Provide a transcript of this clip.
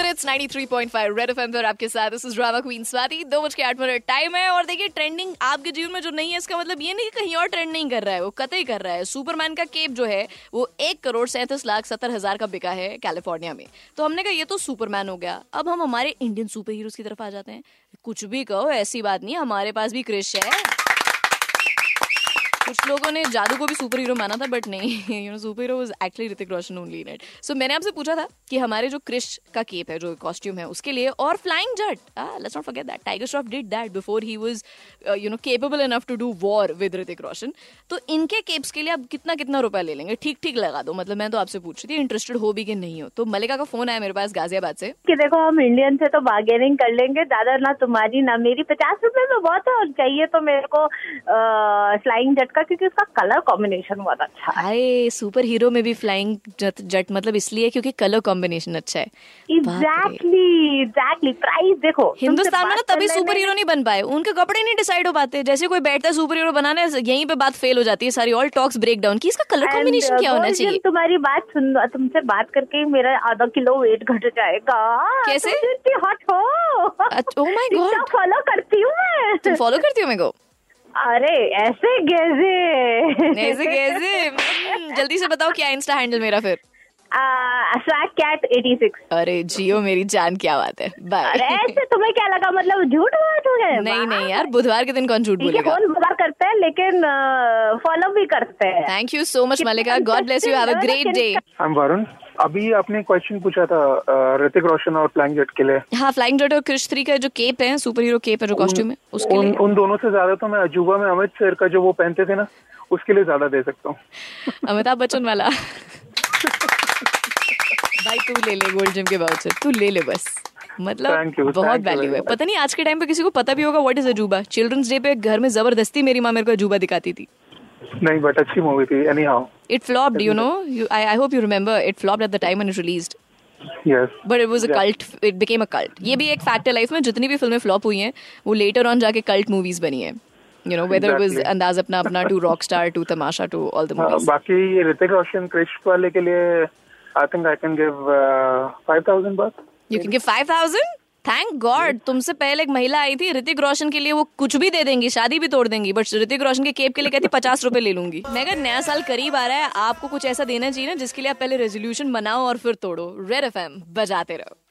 It's 93.5 red FM पर आपके साथ this is drama queen Swati दो बज के आठ मिनट टाइम है और देखिए ट्रेंडिंग आपके जीवन में जो नहीं है इसका मतलब ये नहीं कि कहीं और ट्रेंड नहीं कर रहा है वो कतई कर रहा है सुपरमैन का केप जो है वो एक करोड़ सैंतीस लाख सत्तर हजार का बिका है कैलिफोर्निया में तो हमने कहा ये तो सुपरमैन हो गया अब हम हमारे इंडियन सुपर हीरोज की तरफ आ जाते हैं कुछ भी कहो ऐसी बात नहीं है, हमारे पास भी क्रिश है कुछ लोगों ने जादू को भी सुपर हीरो माना था बट नहीं you know super hero actually Hrithik Roshan only in it so मैंने आपसे पूछा था कि हमारे जो क्रिश का केप है जो कॉस्ट्यूम है उसके लिए और ah, flying Jatt let's not forget that Tiger Shroff did that before he was you know capable enough to do war with Hrithik Roshan तो इनके केप्स के लिए आप कितना कितना रुपया ले लेंगे ठीक ठीक लगा दो मतलब मैं तो आपसे पूछ रही थी इंटरेस्टेड हो भी कि नहीं हो तो मलिका का फोन आया मेरे पास गाजियाबाद से कि देखो हम इंडियन से तो बार्गेनिंग कर लेंगे ज्यादा ना तुम्हारी ना मेरी पचास रुपए में बहुत है और चाहिए तो मेरे को फ्लाइंग जट का क्योंकि उसका कलर कॉम्बिनेशन बहुत अच्छा है हाय सुपर हीरो में भी फ्लाइंग जट जट मतलब इसलिए क्योंकि कलर कॉम्बिनेशन अच्छा है बाप रे। एग्जैक्टली एग्जैक्टली प्राइस देखो तुमसे हिंदुस्तान में ना बात तभी करने सुपर हीरो नहीं बन पाए उनके कपड़े नहीं डिसाइड हो पाते जैसे कोई बैठता है सुपर हीरो बनाने यहीं पे बात फेल हो जाती है सारी ऑल टॉक्स ब्रेक डाउन की इसका कलर And, uh, कॉम्बिनेशन क्या होना गोल्डन, चाहिए तुम्हारी बात सुन तुमसे बात करके ही मेरा आधा किलो वेट घट जाएगा कैसे? तुम तो इतनी हॉट अच्छा, हो oh my God. फॉलो करती हूँ तुम मैं फॉलो करती हो मेरे को अरे ऐसे गेजे ऐसे कैसे हम्म, जल्दी से बताओ क्या इंस्टा हैंडल मेरा फिर स्वैग कैट एटी सिक्स अरे जियो मेरी जान क्या बात है अरे बाय ऐसे तुम्हें क्या लगा मतलब झूठ बात हो गए नहीं नहीं यार बुधवार के दिन कौन झूठ ठीक है बोलेगा फोन बार करते हैं लेकिन फॉलो भी करते हैं thank you so much Malika god bless you have a great day I am Varun अभी आपने क्वेश्चन पूछा था अ, ऋतिक रोशन और फ्लैंग जेट के लिए हाँ फ्लाइंग डॉट और क्रिश थ्री का जो केप है सुपर हीरो केप है जो कॉस्ट्यूम है उसके उन लिए उन दोनों से ज्यादा तो मैं अजूबा में अमित सर का जो वो पहनते थे ना उसके लिए ज्यादा दे सकता हूँ अमिताभ बच्चन वाला भाई तू ले ले गोल्ड जिम के वाउचर तू ले ले बस मतलब Thank you, बहुत thank you वैल्यू very है much. पता नहीं आज के टाइम पे किसी को पता भी होगा व्हाट इज अजूबा चिल्ड्रंस डे पे घर में जबरदस्ती मेरी माँ मेरे को अजूबा दिखाती थी नहीं बट अच्छी मूवी थी anyhow it flopped you know I I hope you remember it flopped at the time and it released yes but it was a cult it became a cult ये भी एक factor life में जितनी भी फिल्में flop हुई हैं वो लेटर ऑन जाके कल्ट मूवीज बनी है you know whether was Exactly. हाँ, Andaz Apna Apna to rock star to Tamasha to all the movies बाकी ये ऋतिक रोशन क्रिश वाले के लिए I think I can give five thousand बस you can give 5000 thank God तुमसे पहले एक महिला आई थी ऋतिक रोशन के लिए वो कुछ भी दे देंगी शादी भी तोड़ देंगी बट ऋतिक रोशन के केप के लिए कहती पचास रुपए ले लूंगी मैं कहा नया साल करीब आ रहा है आपको कुछ ऐसा देना चाहिए ना जिसके लिए आप पहले रेजोल्यूशन बनाओ और फिर तोड़ो रेड एफ बजाते रहो